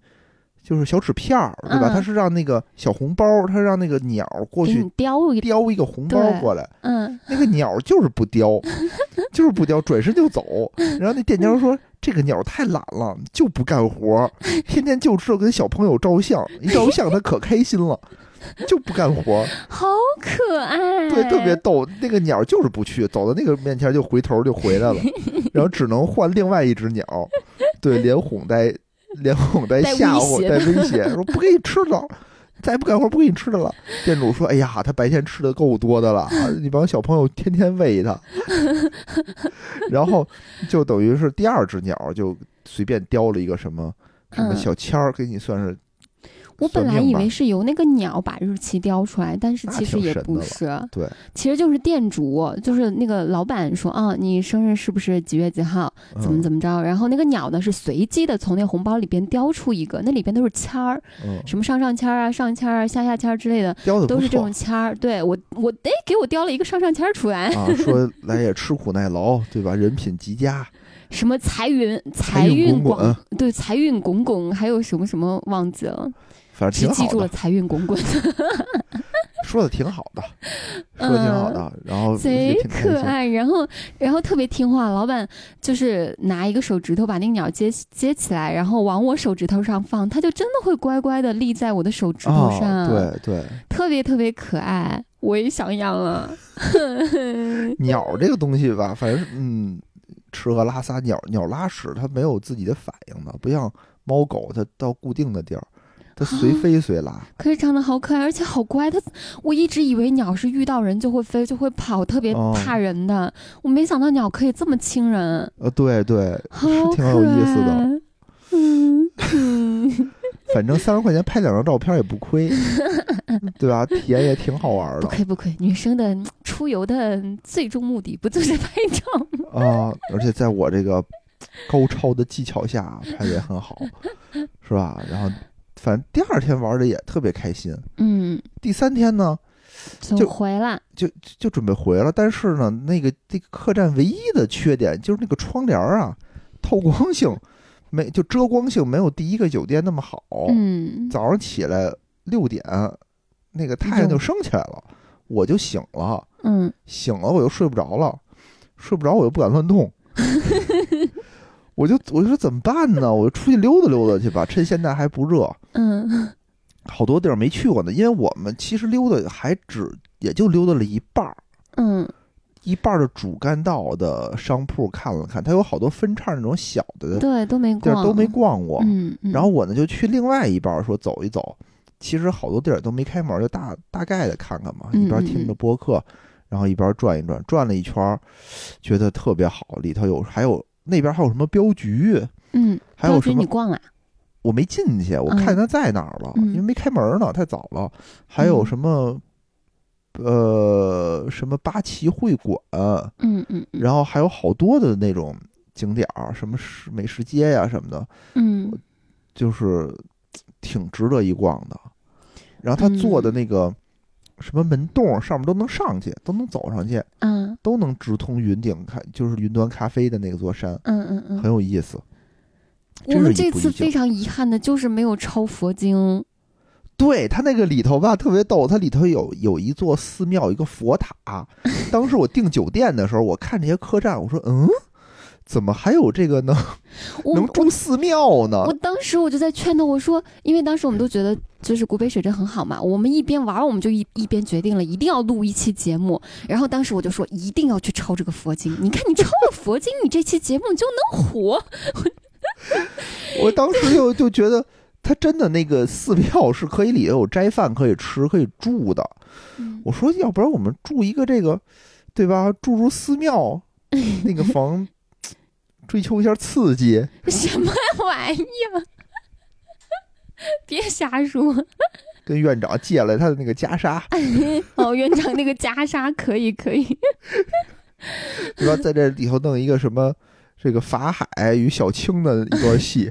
就是小纸片儿，对吧？嗯它是让那个小红包，它让那个鸟过给去你雕一叼一个红包对过来，嗯那个鸟就是不叼，就是不叼，转身就走。然后那店家说：“这个鸟太懒了，就不干活儿，天天就知道跟小朋友照相，一照相它可开心了，就不干活儿。好可爱，对，特别逗。那个鸟就是不去，走到那个面前就回头就回 [laughs] 来了，然后只能换另外一只鸟，对，连哄带连哄带带吓威唬胁带威胁，说不给你吃的。”再不干活不给你吃的了。店主说：“哎呀，他白天吃的够多的了，啊你帮小朋友天天喂他。” [laughs] 然后就等于是第二只鸟就随便叼了一个什么什么嗯小签儿，给你算是我本算来命以吧为是由那个鸟把日期雕出来，但是那其实挺也神不的了是，对，其实就是店主，就是那个老板说啊，你生日是不是几月几号，怎么么怎么着？然后那个鸟呢是随机的从那红包里边叼出一个，那里边都是签儿，嗯，什么上上签儿啊、上签儿啊、下下签儿之类的，叼的都不是这错种签儿。对我，我哎，给我叼了一个上上签儿出来，啊，说来也吃苦耐劳，对吧？人品极佳，什么财运财财运运滚滚广，对财运滚滚，还有什么什么忘记了，反只啊正挺记好住了的，财运滚滚，说的挺好的，说的挺好的，然后嗯贼也挺开心可。爱，然后然后特别听话，老板就是拿一个手指头把那个鸟接接起来，然后往我手指头上放，它就真的会乖乖的立在我的手指头哦，上，对对，特别特别可爱，我也想养了。鸟这个东西吧，反正嗯，吃喝拉撒，鸟鸟拉屎它没有自己的反应的，不像猫狗它到固定的地儿，它啊随飞随拉。可是长得好可爱，而且好乖。它，我一直以为鸟是遇到人就会飞，就会跑，特别哦怕人的。我没想到鸟 [laughs] 可以这么亲人，呃，对对，好是挺有意思可啊的。爱。嗯嗯。反正三十块钱拍两张照片也不 [laughs] 亏，对吧？体验也挺好玩不的亏不亏，女生的出游的最终目的不就是拍照吗？啊！而且在我这个高超的技巧下，啊拍的也很好，是吧？然后，反正第二天玩的也特别开心。嗯，第三天呢，总就回来，就准备回了，但是呢，那个这个客栈唯一的缺点就是那个窗帘儿啊，透光性没就遮光性没有第一个酒店那么好。嗯，早上起来六点，那个太阳就哟升起来了，我就醒了，嗯，醒了我又睡不着了，睡不着我又不敢乱 [laughs] 动，我就我就说怎么办呢？我就出去溜达溜达去吧，趁现在还不热，嗯，好多地儿没去过呢，因为我们其实溜达还只也就溜达了一半儿。嗯，一半儿的主干道的商铺看了看，它有好多分叉那种小的对，都没地儿逛，都没逛过。嗯，嗯然后我呢就去另外一半儿说走一走，其实好多地儿都没开门，就大大概的看看嘛，嗯一边嗯听着嗯播客，然后一边转一转，转了一圈儿，觉得特别好。里头有还有那边还有什么镖局，嗯，还有镖局什么你逛了？我没进去，我看嗯他在哪儿了，嗯因为没开门呢，太早了。还有嗯什么、呃什么八旗会馆。嗯嗯嗯然后还有好多的那种景点儿，什么食美食街呀、什么的，嗯，就是挺值得一逛的。然后他做嗯的那个什么门洞上面都能上去，都能走上去，嗯都能直通云顶咖，就是云端咖啡的那个座山，嗯嗯嗯很，有意思。真我们是一这步一次脚非常遗憾的就是没有抄佛经。对它那个里头吧，特别逗，它里头有有一座寺庙，一个佛塔。当时我订酒店的时候，我看这些客栈，我说嗯，怎么还有这个能我能我住寺庙呢？我当时我就在劝他，我说，因为当时我们都觉得就是古北水镇很好嘛，我们一边玩儿我们就一一边决定了一定要录一期节目。然后当时我就说一定要去抄这个佛经，你看你抄了佛经，你这期节目就能火。我当时就就觉得，他真的那个寺庙是可以里头有斋饭可以吃可以住的。我说，要不然我们住一个这个，对吧？住住寺 [laughs] 庙那个房，追求一下刺激。什么玩意儿？ [laughs] 别瞎 [laughs] 说！跟院长借了他的那个袈裟，哦，院长那个袈裟可以可以，对吧？在这里头弄一个什么这个法海与小青的一段戏，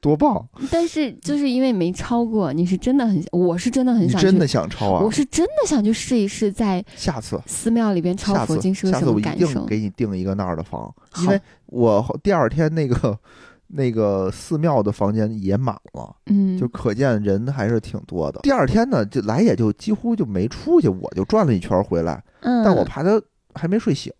多棒！但是就是因为没抄过，你是真的很，我是真的很你想去，真的想抄啊我？是真的想去试一试在下次寺庙里边抄下佛次经是个下什次我么一感定受？给你订一个那儿的房，因好为我后第二天那个那个寺庙的房间也满了，嗯，就可见人还是挺多的。第二天呢，就来也就几乎就没出去，我就转了一圈回来，嗯，但我怕他还没睡醒，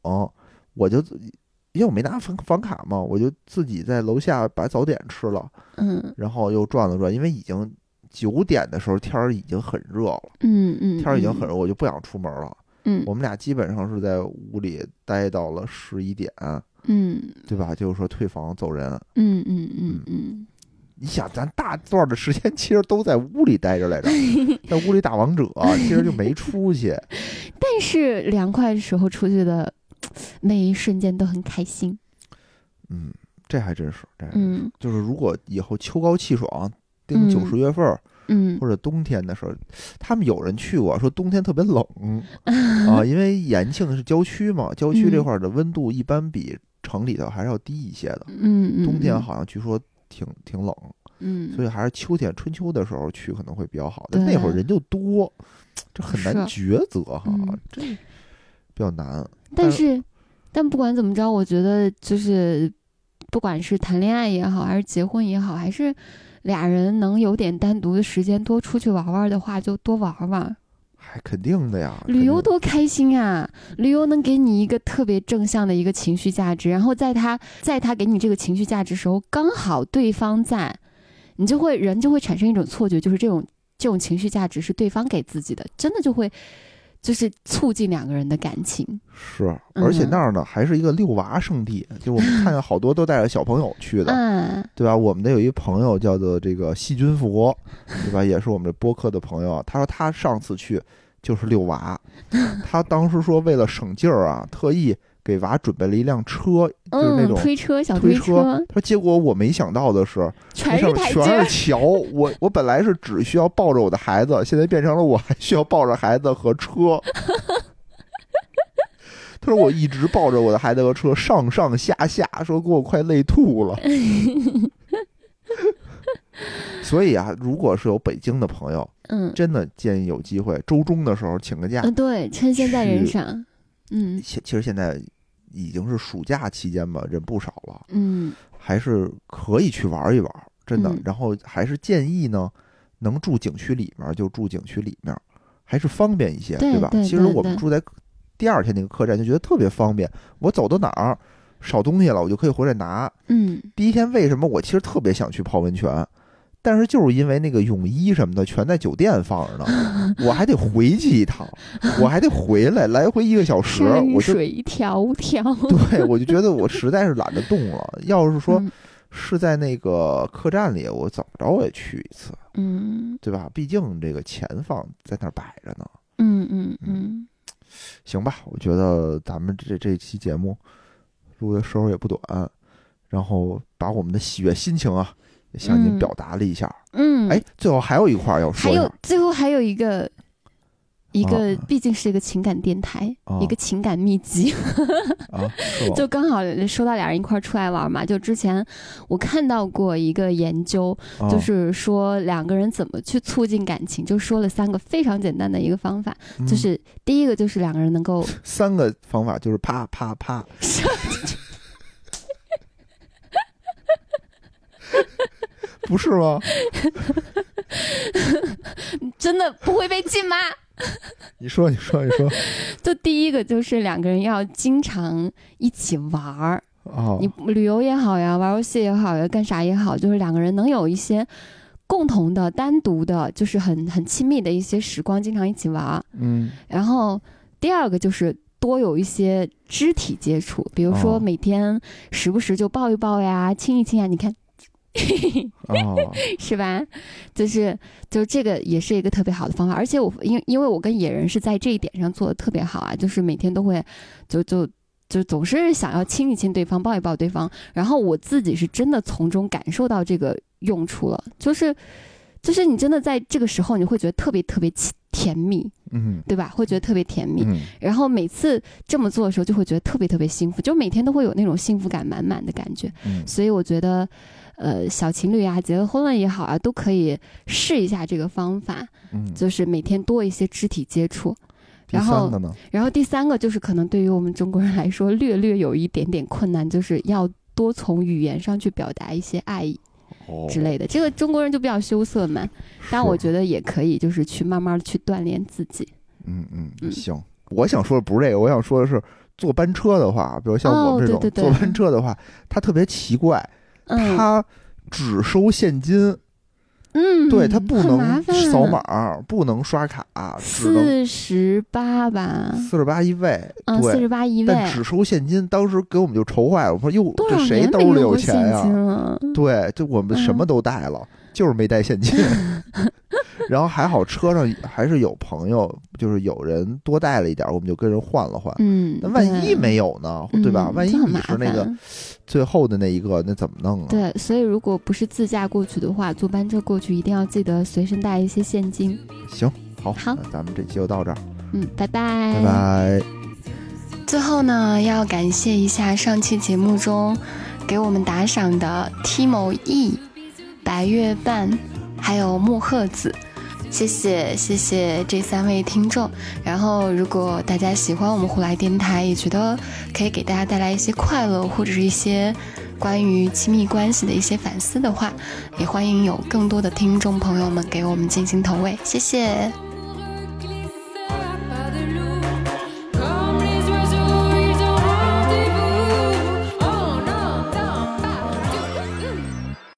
我就自己因为我没拿房房卡嘛，我就自己在楼下把早点吃了，嗯然后又转了转，因为已经九点的时候天儿已经很热了，嗯嗯，天儿已经很嗯热，我就不想出门了。嗯我们俩基本上是在屋里待到了十一点，嗯对吧？就是说退房走人。嗯嗯嗯嗯，你想，咱大段的时间其实都在屋里待着来着，在屋里打王者，啊其实就没出去。但是凉快时候出去的那一瞬间都很开心。嗯，这还真是，这还真是嗯就是如果以后秋高气爽，盯九十月份儿嗯或者冬天的时候，他们有人去过，说冬天特别 [laughs] 冷啊，因为延庆是郊区嘛，郊区这嗯块儿的温度一般比城里头还是要低一些的， [laughs] 嗯嗯，冬天好像据说挺挺冷。嗯，所以以还是秋天、春秋的时候去可能会比较好。对啊但那会儿人就多，这很难抉择哈，嗯这比较难。但是但不管怎么着，我觉得就是不管是谈恋爱也好，还是结婚也好，还是俩人能有点单独的时间多出去玩玩的话，就多玩玩。还肯定的呀，旅游肯定多开心啊！旅游能给你一个特别正向的一个情绪价值，然后在他在他给你这个情绪价值时候，刚好对方在，你就会人就会产生一种错觉，就是这种这种情绪价值是对方给自己的，真的就会就是促进两个人的感情。是，嗯而且那儿呢还是一个遛娃圣地，就我们看见好多都带着小朋友去的，嗯对吧？我们的有一朋友叫做这个细菌 [laughs] 佛，对吧？也是我们的播客的朋友啊，他说他 [laughs] 上次去就是遛娃，他当时说为了省劲儿啊，特意给娃准备了一辆车，就是那嗯，种推车小推车，他说结果我没想到的是，那全上面是台全阶，是桥。我我本来是只需要抱着我的孩子，现在变成了我还需要抱着孩子和车。他说我一直抱着我的孩子和车上上下下，说给我快累吐了。 [laughs] 所以啊，如果是有北京的朋友，嗯真的建议有机会周中的时候请个假。嗯，对，趁现在人去少，嗯现其实现在已经是暑假期间吧，人不少了。嗯还是可以去玩一玩，真的。嗯然后还是建议呢，能住景区里面就住景区里面，还是方便一些，对吧？对其实对我们对住在第二天那个客栈就觉得特别方便，我走到哪儿少东西了，我就可以回来拿。嗯第一天为什么我其实特别想去泡温泉？但是就是因为那个泳衣什么的全在酒店放着 [laughs] 呢，我还得回去一趟，我还得回来，来回一个小时，山我 [laughs] 就水迢迢，对我就觉得我实在是懒得动了。要是说嗯是在那个客栈里，我怎么着我也去一次，嗯对吧？毕竟这个钱放在那儿摆着呢。嗯嗯嗯嗯，行吧，我觉得咱们这这期节目录的时候也不短，然后把我们的喜悦心情啊，也向您嗯表达了一下。嗯，哎、最后还有一块儿要还说一有下，最后还有一个。一个啊毕竟是一个情感电台，啊一个情感秘籍，啊，是吧？就刚好说到俩人一块儿出来玩嘛。就之前我看到过一个研究，啊就是说两个人怎么去促进感情，就说了三个非常简单的一个方法，嗯就是第一个就是两个人能够三个方法，就是啪啪啪， [laughs] 不是吗？ [laughs] 真的不会被禁吗？你说，你说，你说 [laughs] 就第一个就是两个人要经常一起玩儿，啊， [laughs] 你旅游也好呀，玩游戏也好呀，干啥也好，就是两个人能有一些共同的、单独的，就是很很亲密的一些时光，经常一起玩儿。嗯然后第二个就是多有一些肢体接触，比如哦说每天时不时就抱一抱呀，亲一亲呀，你看啊，是吧？就是就是这个也是一个特别好的方法，而且我因因为我跟野人是在这一点上做的特别好啊，就是每天都会就就。就总是想要亲一亲对方，抱一抱对方，然后我自己是真的从中感受到这个用处了，就是，就是你真的在这个时候，你会觉得特别特别亲甜蜜，嗯对吧？会觉得特别甜 [laughs] 蜜，嗯，然后每次这么做的时候，就会觉得特别特别幸福，就每天都会有那种幸福感满满的感觉。嗯所以我觉得，呃，小情侣啊，结了婚了也好啊，都可以试一下这个方法，嗯，就是每天多一些肢体接触。第然后三个呢？然后第三个就是，可能对于我们中国人来说，略略有一点点困难，就是要多从语言上去表达一些爱意哦之类的。这个中国人就比较羞涩嘛，但我得，觉得也可以，就是去慢慢地去锻炼自己。嗯嗯，嗯行。我想说的不是这个，我想说的是，坐班车的话，比如像我哦们这种、对对对坐班车的话，它特别奇怪，嗯，它只收现金，嗯，对，它不很麻能烦啊扫码，不能刷卡，只能四十八吧，四十八一位，嗯，四对，十八一位，但只收现金。当时给我们就愁坏了，我说哟，多这少谁年没兜里用有过钱现呀、金啊了？ [laughs] 对，就我们什么嗯都带了，就是没带现 [laughs] 金。然后还好车上还是有朋友，就是有人多带了一点儿，我们就跟人换了换。嗯，那万一对没有呢，对吧？嗯万一这很你麻是那个烦最后的那一个，那怎么弄啊？对，所以如果不是自驾过去的话，坐班车过去一定要记得随身带一些现金。行，好，好那咱们这期就到这儿，嗯，拜拜，拜拜。最后呢，要感谢一下上期节目中给我们打赏的 Timo E、白月半，还有木鹤子，谢谢谢谢这三位听众。然后，如果大家喜欢我们胡来电台，也觉得可以给大家带来一些快乐或者是一些关于亲密关系的一些反思的话，也欢迎有更多的听众朋友们给我们进行投喂，谢谢。